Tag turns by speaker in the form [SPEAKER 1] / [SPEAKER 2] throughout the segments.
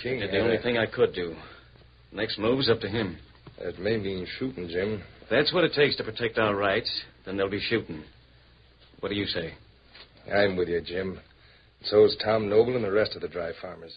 [SPEAKER 1] Gee,
[SPEAKER 2] Did the only thing I could do. Next move's up to him.
[SPEAKER 1] That may mean shooting, Jim.
[SPEAKER 2] If that's what it takes to protect our rights, then they'll be shooting. What do you say?
[SPEAKER 1] I'm with you, Jim. So is Tom Noble and the rest of the dry farmers.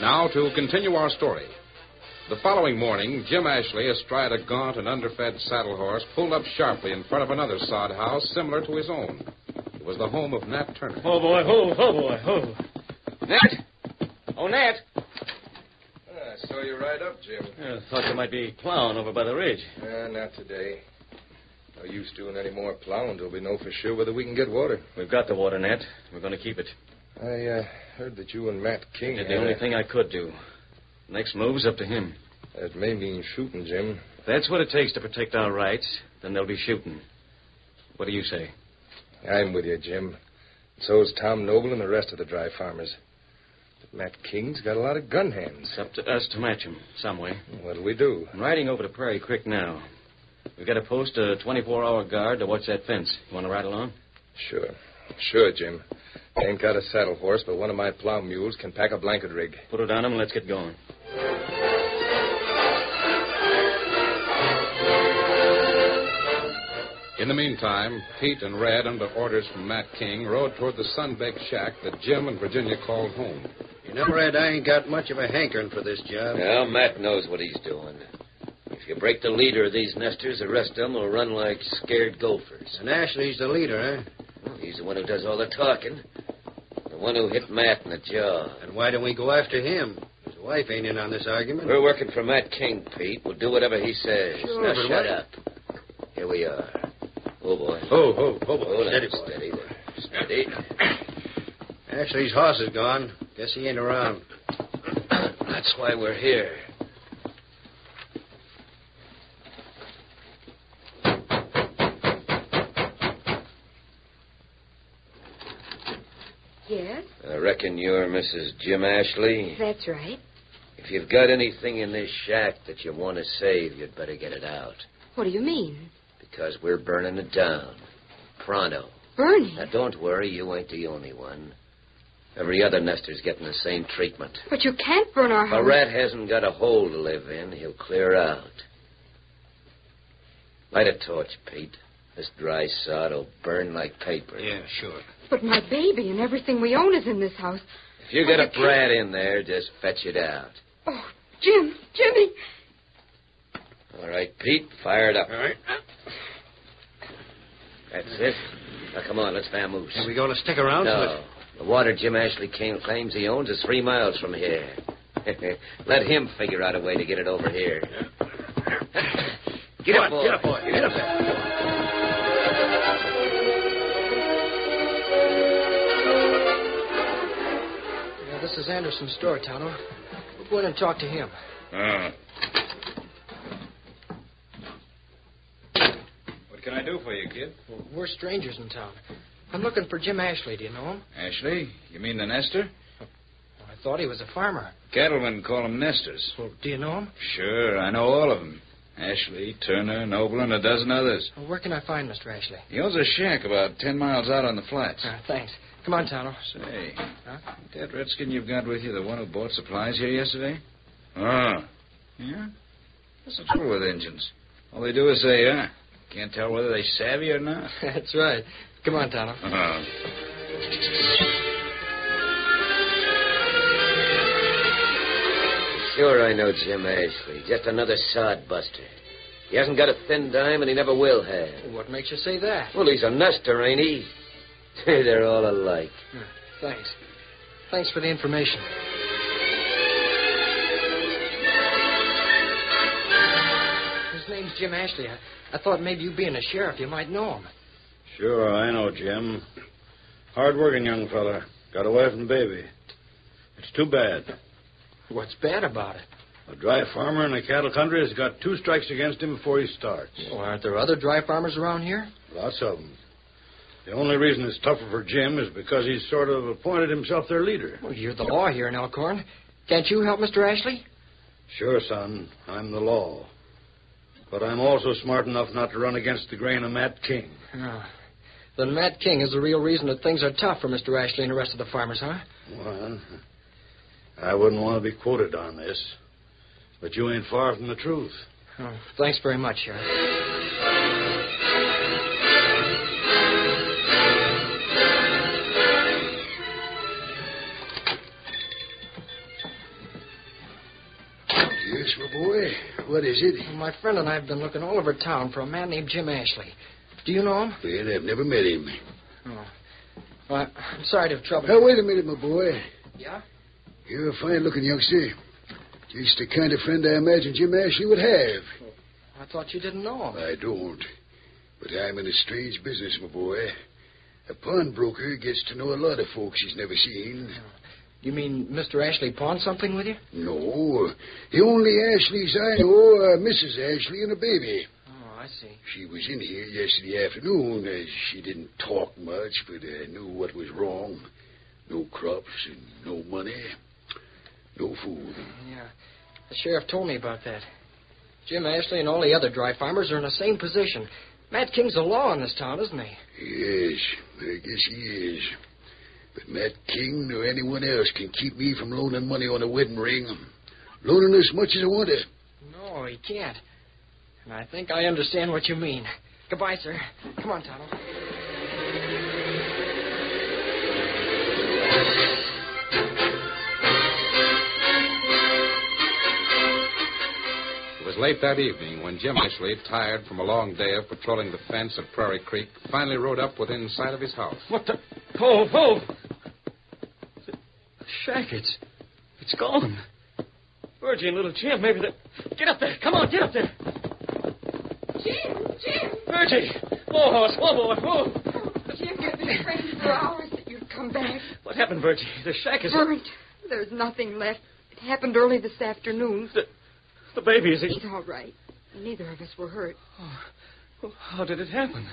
[SPEAKER 3] Now to continue our story. The following morning, Jim Ashley, astride a gaunt and underfed saddle horse, pulled up sharply in front of another sod house similar to his own. It was the home of Nat Turner.
[SPEAKER 2] Oh, boy, ho, ho, boy, ho. Nat! Oh, Nat!
[SPEAKER 1] I saw you Ah, right up, Jim.
[SPEAKER 2] I thought you might be plowing over by the ridge.
[SPEAKER 1] Eh, not today. No use doing any more plowing till we know for sure whether we can get water.
[SPEAKER 2] We've got the water, Nat. We're going to keep it.
[SPEAKER 1] I uh, heard that you and Matt King.
[SPEAKER 2] Did
[SPEAKER 1] had uh,
[SPEAKER 2] the only
[SPEAKER 1] a-
[SPEAKER 2] thing I could do. Next move's up to him.
[SPEAKER 1] That may mean shooting, Jim.
[SPEAKER 2] If that's what it takes to protect our rights, then they'll be shooting. What do you say?
[SPEAKER 1] I'm with you, Jim. So is Tom Noble and the rest of the dry farmers. But Matt King's got a lot of gun hands.
[SPEAKER 2] It's up to us to match him some way.
[SPEAKER 1] What'll we do?
[SPEAKER 2] I'm riding over to Prairie Creek now. We've got to post a 24 hour guard to watch that fence. You want to ride along?
[SPEAKER 1] Sure. Sure, Jim. I ain't got a saddle horse, but one of my plow mules can pack a blanket rig.
[SPEAKER 2] Put it on him and let's get going.
[SPEAKER 3] In the meantime, Pete and Red, under orders from Matt King, rode toward the sun-baked shack that Jim and Virginia called home.
[SPEAKER 4] You know, Red, I ain't got much of a hankering for this job.
[SPEAKER 5] Well, Matt knows what he's doing. If you break the leader of these nesters, the rest of them will run like scared gophers.
[SPEAKER 4] And Ashley's the leader, huh?
[SPEAKER 5] Well, he's the one who does all the talking. The one who hit Matt in the jaw.
[SPEAKER 4] And why don't we go after him? His wife ain't in on this argument.
[SPEAKER 5] We're working for Matt King, Pete. We'll do whatever he says.
[SPEAKER 4] Sure,
[SPEAKER 5] now
[SPEAKER 4] but
[SPEAKER 5] shut
[SPEAKER 4] why-
[SPEAKER 5] up. Here we are. Oh, boy.
[SPEAKER 4] Ho, ho, ho, ho.
[SPEAKER 5] Hold on.
[SPEAKER 4] Steady, boy.
[SPEAKER 5] Steady there. Steady.
[SPEAKER 4] Ashley's horse is gone. Guess he ain't around.
[SPEAKER 5] That's why we're here.
[SPEAKER 6] Yes,
[SPEAKER 5] I reckon you're Mrs. Jim Ashley.
[SPEAKER 6] that's right.
[SPEAKER 5] If you've got anything in this shack that you want to save, you'd better get it out.
[SPEAKER 6] What do you mean?
[SPEAKER 5] Because we're burning it down. Pronto.
[SPEAKER 6] Burning.
[SPEAKER 5] Now, don't worry, you ain't the only one. Every other nester's getting the same treatment.
[SPEAKER 6] But you can't burn our
[SPEAKER 5] If a
[SPEAKER 6] house.
[SPEAKER 5] rat hasn't got a hole to live in, he'll clear out. Light a torch, Pete. This dry sod'll burn like paper.
[SPEAKER 4] sure.
[SPEAKER 6] But my baby and everything we own is in this house.
[SPEAKER 5] If you got a brat in there, just fetch it out.
[SPEAKER 6] Oh, Jim, Jimmy.
[SPEAKER 5] All right, Pete, fire it up.
[SPEAKER 4] All right.
[SPEAKER 5] That's it. Now, come on, let's vamoose.
[SPEAKER 4] Are we going to stick around? till
[SPEAKER 5] No. The water Jim Ashley King claims he owns is three miles from here. Let him figure out a way to get it over here. Get up, boy.
[SPEAKER 4] Get up, boy. Get up there.
[SPEAKER 7] Yeah, this is Anderson's store, Tonto. We'll go in and talk to him.
[SPEAKER 3] Ah. What can I do for you, kid?
[SPEAKER 7] Well, we're strangers in town. I'm looking for Jim Ashley. Do you know him?
[SPEAKER 3] Ashley? You mean the Nestor?
[SPEAKER 7] Well, I thought he was a farmer.
[SPEAKER 3] Cattlemen call them Nestors.
[SPEAKER 7] Well, do you know him?
[SPEAKER 3] Sure, I know all of them. Ashley, Turner, Noble, and a dozen others.
[SPEAKER 7] Well, where can I find Mr. Ashley?
[SPEAKER 3] He owns a shack about ten miles out on the flats.
[SPEAKER 7] Uh, thanks. Come on, Tonto.
[SPEAKER 3] Say,
[SPEAKER 7] Huh?
[SPEAKER 3] ain't that redskin you've got with you the one who bought supplies here yesterday? Ah. Yeah? What's the trouble with Indians? All they do is say, huh? Can't tell whether they savvy or not.
[SPEAKER 7] That's right. Come on, Tonto.
[SPEAKER 3] Uh-huh.
[SPEAKER 5] Sure, I know Jim Ashley. Just another sodbuster. He hasn't got a thin dime, and he never will have.
[SPEAKER 7] What makes you say that?
[SPEAKER 5] Well, he's a nester, ain't he? They're all alike.
[SPEAKER 7] Thanks. Thanks for the information. His name's Jim Ashley. I, I thought maybe you being a sheriff, you might know him.
[SPEAKER 4] Sure, I know, Jim. Hard-working young fella. Got a wife and baby. It's too bad.
[SPEAKER 7] What's bad about it?
[SPEAKER 4] A dry farmer in a cattle country has got two strikes against him before he starts.
[SPEAKER 7] Well, aren't there other dry farmers around here?
[SPEAKER 4] Lots of them. The only reason it's tougher for Jim is because he's sort of appointed himself their leader.
[SPEAKER 7] Well, you're the law here in Elkhorn. Can't you help Mr. Ashley?
[SPEAKER 4] Sure, son, I'm the law. But I'm also smart enough not to run against the grain of Matt King.
[SPEAKER 7] Oh. Then Matt King is the real reason that things are tough for Mr. Ashley and the rest of the farmers, huh?
[SPEAKER 4] Well, I wouldn't want to be quoted on this, but you ain't far from the truth.
[SPEAKER 7] Oh, thanks very much, Sheriff.
[SPEAKER 4] Yes, my boy. What is it?
[SPEAKER 7] My friend and I have been looking all over town for a man named Jim Ashley. Do you know him?
[SPEAKER 4] Well, I've never met him.
[SPEAKER 7] Oh. Well, I'm sorry to have troubled
[SPEAKER 4] Now, wait a minute, my boy.
[SPEAKER 7] Yeah?
[SPEAKER 4] You're a fine-looking youngster. Just the kind of friend I imagine Jim Ashley would have.
[SPEAKER 7] I thought you didn't know him.
[SPEAKER 4] I don't. But I'm in a strange business, my boy. A pawnbroker gets to know a lot of folks he's never seen.
[SPEAKER 7] You mean Mr. Ashley pawned something with you?
[SPEAKER 4] No, the only Ashleys I know are Mrs. Ashley and a baby.
[SPEAKER 7] Oh, I see.
[SPEAKER 4] She was in here yesterday afternoon. Uh, she didn't talk much, but I knew what was wrong. No crops and no money, no food.
[SPEAKER 7] Yeah. The sheriff told me about that. Jim Ashley and all the other dry farmers are in the same position. Matt King's the law in this town, isn't he?
[SPEAKER 4] Yes, I guess he is. But Matt King or anyone else can keep me from loaning money on a wedding ring. Loaning as much as I want to.
[SPEAKER 7] No, he can't. And I think I understand what you mean. Goodbye, sir. Come on, Tonto.
[SPEAKER 3] It was late that evening when Jim Ashley, tired from a long day of patrolling the fence at Prairie Creek, finally rode up within sight of his house.
[SPEAKER 2] What the? Ho, ho!
[SPEAKER 7] Shack, it's,
[SPEAKER 2] It's gone. Virgie and little Jim, maybe they. Get up there. Come on, get up there.
[SPEAKER 6] Jim, Jim.
[SPEAKER 2] Virgie! Whoa, horse, whoa, boy, whoa!
[SPEAKER 6] Oh, Jim, we've been praying for hours that you'd come back.
[SPEAKER 2] What happened, Virgie? The shack is.
[SPEAKER 6] Burnt. There's nothing left. It happened early this afternoon.
[SPEAKER 2] The baby is.
[SPEAKER 6] He's all right. Neither of us were hurt.
[SPEAKER 2] How did it happen?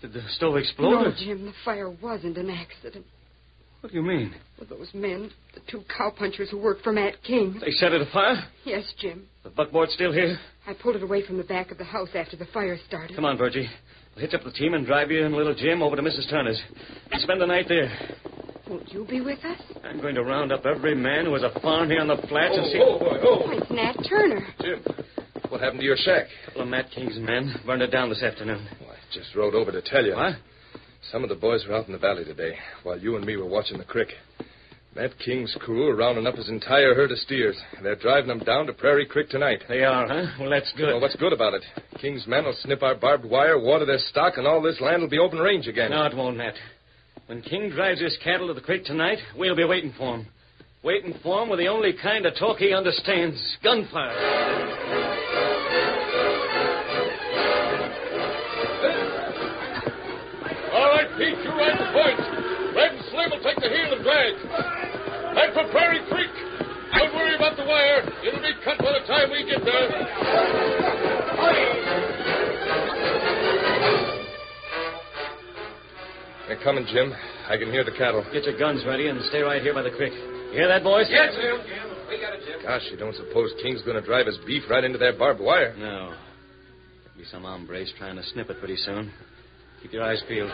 [SPEAKER 2] Did the stove explode?
[SPEAKER 6] No,
[SPEAKER 2] or-
[SPEAKER 6] Jim, the fire wasn't an accident.
[SPEAKER 2] What do you mean?
[SPEAKER 6] Well, those men, the two cowpunchers who worked for Matt King.
[SPEAKER 2] They set it afire?
[SPEAKER 6] Yes, Jim.
[SPEAKER 2] The buckboard's still here?
[SPEAKER 6] I pulled it away from the back of the house after the fire started.
[SPEAKER 2] Come on, Virgie. We'll hitch up the team and drive you and little Jim over to Mrs. Turner's. And spend the night there.
[SPEAKER 6] Won't you be with us?
[SPEAKER 2] I'm going to round up every man who has a farm here on the flats and see
[SPEAKER 1] boy,
[SPEAKER 6] Oh, it's Nat Turner.
[SPEAKER 1] Jim, what happened to your shack?
[SPEAKER 2] a couple of Matt King's men burned it down this afternoon.
[SPEAKER 1] Well, I just rode over to tell you.
[SPEAKER 2] What?
[SPEAKER 1] Some of the boys were out in the valley today while you and me were watching the creek. Matt King's crew are rounding up his entire herd of steers. They're driving them down to Prairie Creek tonight.
[SPEAKER 2] They are, huh? Well, that's good.
[SPEAKER 1] Well, what's good about it? King's men will snip our barbed wire, water their stock, and all this land will be open range again.
[SPEAKER 2] No, it won't, Matt. When King drives his cattle to the creek tonight, we'll be waiting for him.
[SPEAKER 7] Waiting for him with the only kind of talk he understands gunfire.
[SPEAKER 4] All right, Pete, you ride the point. Red and Slim will take the heel and drag. And for Prairie Creek. Don't worry about the wire. It'll be cut by the time we get there.
[SPEAKER 1] They're coming, Jim. I can hear the cattle.
[SPEAKER 7] Get your guns ready and stay right here by the creek. You hear that, boys? Yes, sir.
[SPEAKER 1] Gosh, you don't suppose King's going to drive his beef right into that barbed wire?
[SPEAKER 7] No. There'll be some hombres trying to snip it pretty soon. Keep your eyes peeled.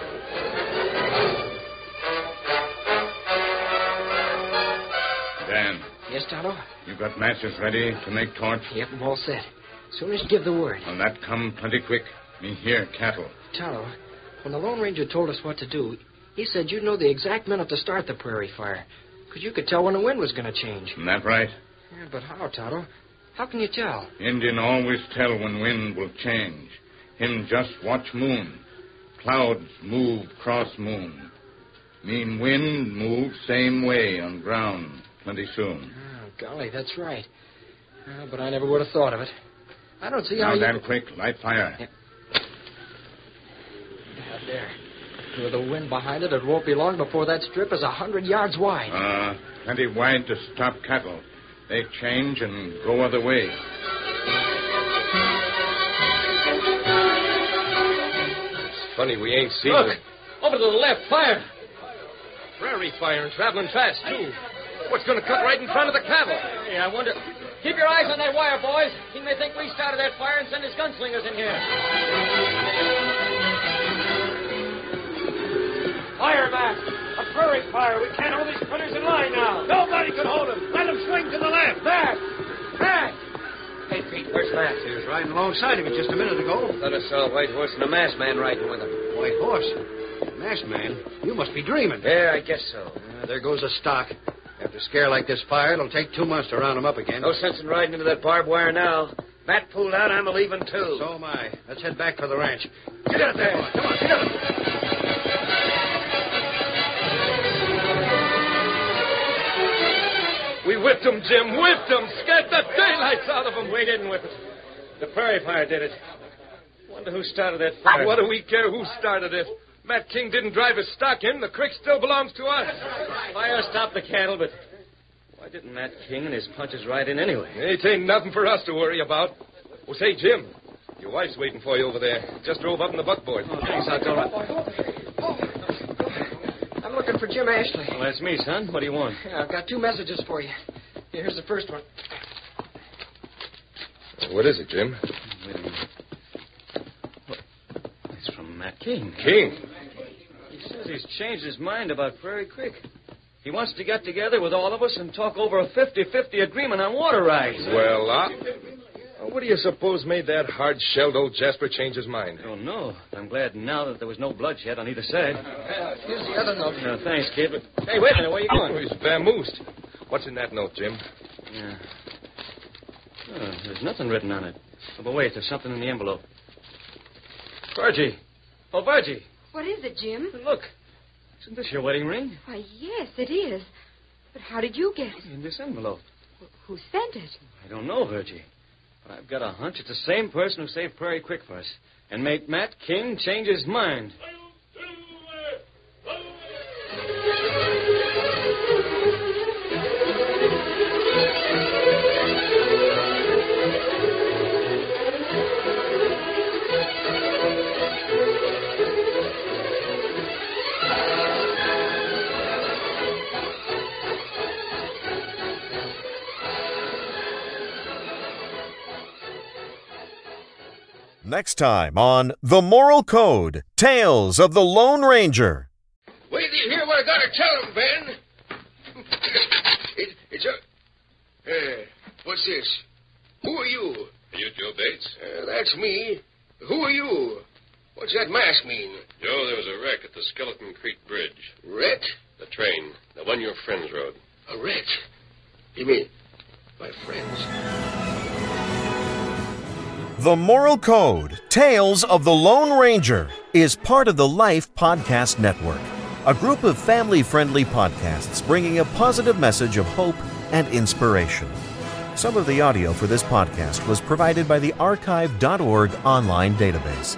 [SPEAKER 4] Dan,
[SPEAKER 8] Yes, Tonto?
[SPEAKER 4] you got matches ready to make torch?
[SPEAKER 8] Yep, I'm all set. Soon as you give the word.
[SPEAKER 4] On that come plenty quick. Me here, cattle.
[SPEAKER 8] Tonto, when the Lone Ranger told us what to do, he said you know the exact minute to start the prairie fire. Because you could tell when the wind was going to change.
[SPEAKER 4] Isn't that right?
[SPEAKER 8] Yeah, but how, Tonto? How can you tell?
[SPEAKER 4] Indian always tell when wind will change. Him just watch moon. Clouds move cross moon. Mean wind move same way on ground plenty soon.
[SPEAKER 8] Oh, golly, that's right. Uh, but I never would have thought of it. I don't see how
[SPEAKER 4] now,
[SPEAKER 8] you...
[SPEAKER 4] Dan, quick, light fire.
[SPEAKER 8] Out there. With the wind behind it, it won't be long before that strip is a hundred yards wide.
[SPEAKER 4] Uh, plenty wide to stop cattle. They change and go other way.
[SPEAKER 1] It's funny we ain't seen
[SPEAKER 7] Look!
[SPEAKER 1] them.
[SPEAKER 7] Over to the left, fire!
[SPEAKER 1] Prairie fire and traveling fast, too. What's going to cut right in front of the cattle?
[SPEAKER 7] Hey, I wonder. Keep your eyes on that wire, boys. He may think we started that fire and send his gunslingers in here. Fire back! A prairie fire! We can't hold these critters in line now! Nobody can hold them! Let them swing to the left! Back! Back! Hey, Pete, where's Max? He was riding alongside of it just a minute ago.
[SPEAKER 5] Thought I saw a white horse and a masked man riding with him.
[SPEAKER 7] White horse? Masked man? You must be dreaming. Uh,
[SPEAKER 5] Yeah, I guess so.
[SPEAKER 7] there goes a stock. After a scare like this fire, it'll take two months to round them up again.
[SPEAKER 5] No sense in riding into that barbed wire now. Matt pulled out, I'm a leaving too.
[SPEAKER 7] So am I. Let's head back for the ranch.
[SPEAKER 5] get out there. Come on, get out.
[SPEAKER 1] We whipped them, Jim. Whipped them. Scared the daylights out of them.
[SPEAKER 7] We didn't whip it. The prairie fire did it. Wonder who started that fire.
[SPEAKER 1] What do we care who started it? Matt King didn't drive his stock in. The creek still belongs to us.
[SPEAKER 7] Fire stopped the cattle, but why didn't Matt King and his punches ride in anyway?
[SPEAKER 1] It ain't nothing for us to worry about. Well, say, Jim, your wife's waiting for you over there. Just drove up in the buckboard.
[SPEAKER 7] Thanks, Outdoor.
[SPEAKER 8] I'm looking for Jim Ashley.
[SPEAKER 7] Well, that's me, son. What do you want?
[SPEAKER 8] Yeah, I've got two messages for you. Here, Here's the first one.
[SPEAKER 1] What is it, Jim?
[SPEAKER 7] Wait a minute. It's from Matt King.
[SPEAKER 1] King.
[SPEAKER 7] He says he's changed his mind about Prairie Creek. He wants to get together with all of us and talk over a 50-50 agreement on water rights.
[SPEAKER 1] Well, uh, what do you suppose made that hard-shelled old Jasper change his mind?
[SPEAKER 7] I don't know. I'm glad now that there was no bloodshed on either side.
[SPEAKER 8] Uh, Here's the other note.
[SPEAKER 7] No, Uh, thanks, kid, but... Hey, wait a minute. Where you
[SPEAKER 1] Oh,
[SPEAKER 7] going?
[SPEAKER 1] he's vamoosed. What's in that note, Jim?
[SPEAKER 7] Yeah. Oh, there's nothing written on it. Oh, but wait, there's something in the envelope. Virgie! Oh, Virgie!
[SPEAKER 6] What is it, Jim?
[SPEAKER 7] Look! Isn't this your wedding ring?
[SPEAKER 6] Why, yes, it is. But how did you get it?
[SPEAKER 7] In this envelope.
[SPEAKER 6] Who sent it?
[SPEAKER 7] I don't know, Virgie. But I've got a hunch it's the same person who saved Prairie Quick for us and made Matt King change his mind.
[SPEAKER 9] Next time on The Moral Code Tales of the Lone Ranger.
[SPEAKER 10] Wait till you hear what I gotta tell him, Ben. It, it's a. Uh, what's this? Who are you?
[SPEAKER 4] You, Joe Bates?
[SPEAKER 10] Uh, that's me. Who are you? What's that mask mean?
[SPEAKER 4] Joe, there was a wreck at the Skeleton Creek Bridge.
[SPEAKER 10] Wreck?
[SPEAKER 4] The train. The one your friends rode.
[SPEAKER 10] A wreck? You mean my friends?
[SPEAKER 9] The Moral Code Tales of the Lone Ranger is part of the Life Podcast Network, a group of family friendly podcasts bringing a positive message of hope and inspiration. Some of the audio for this podcast was provided by the archive.org online database.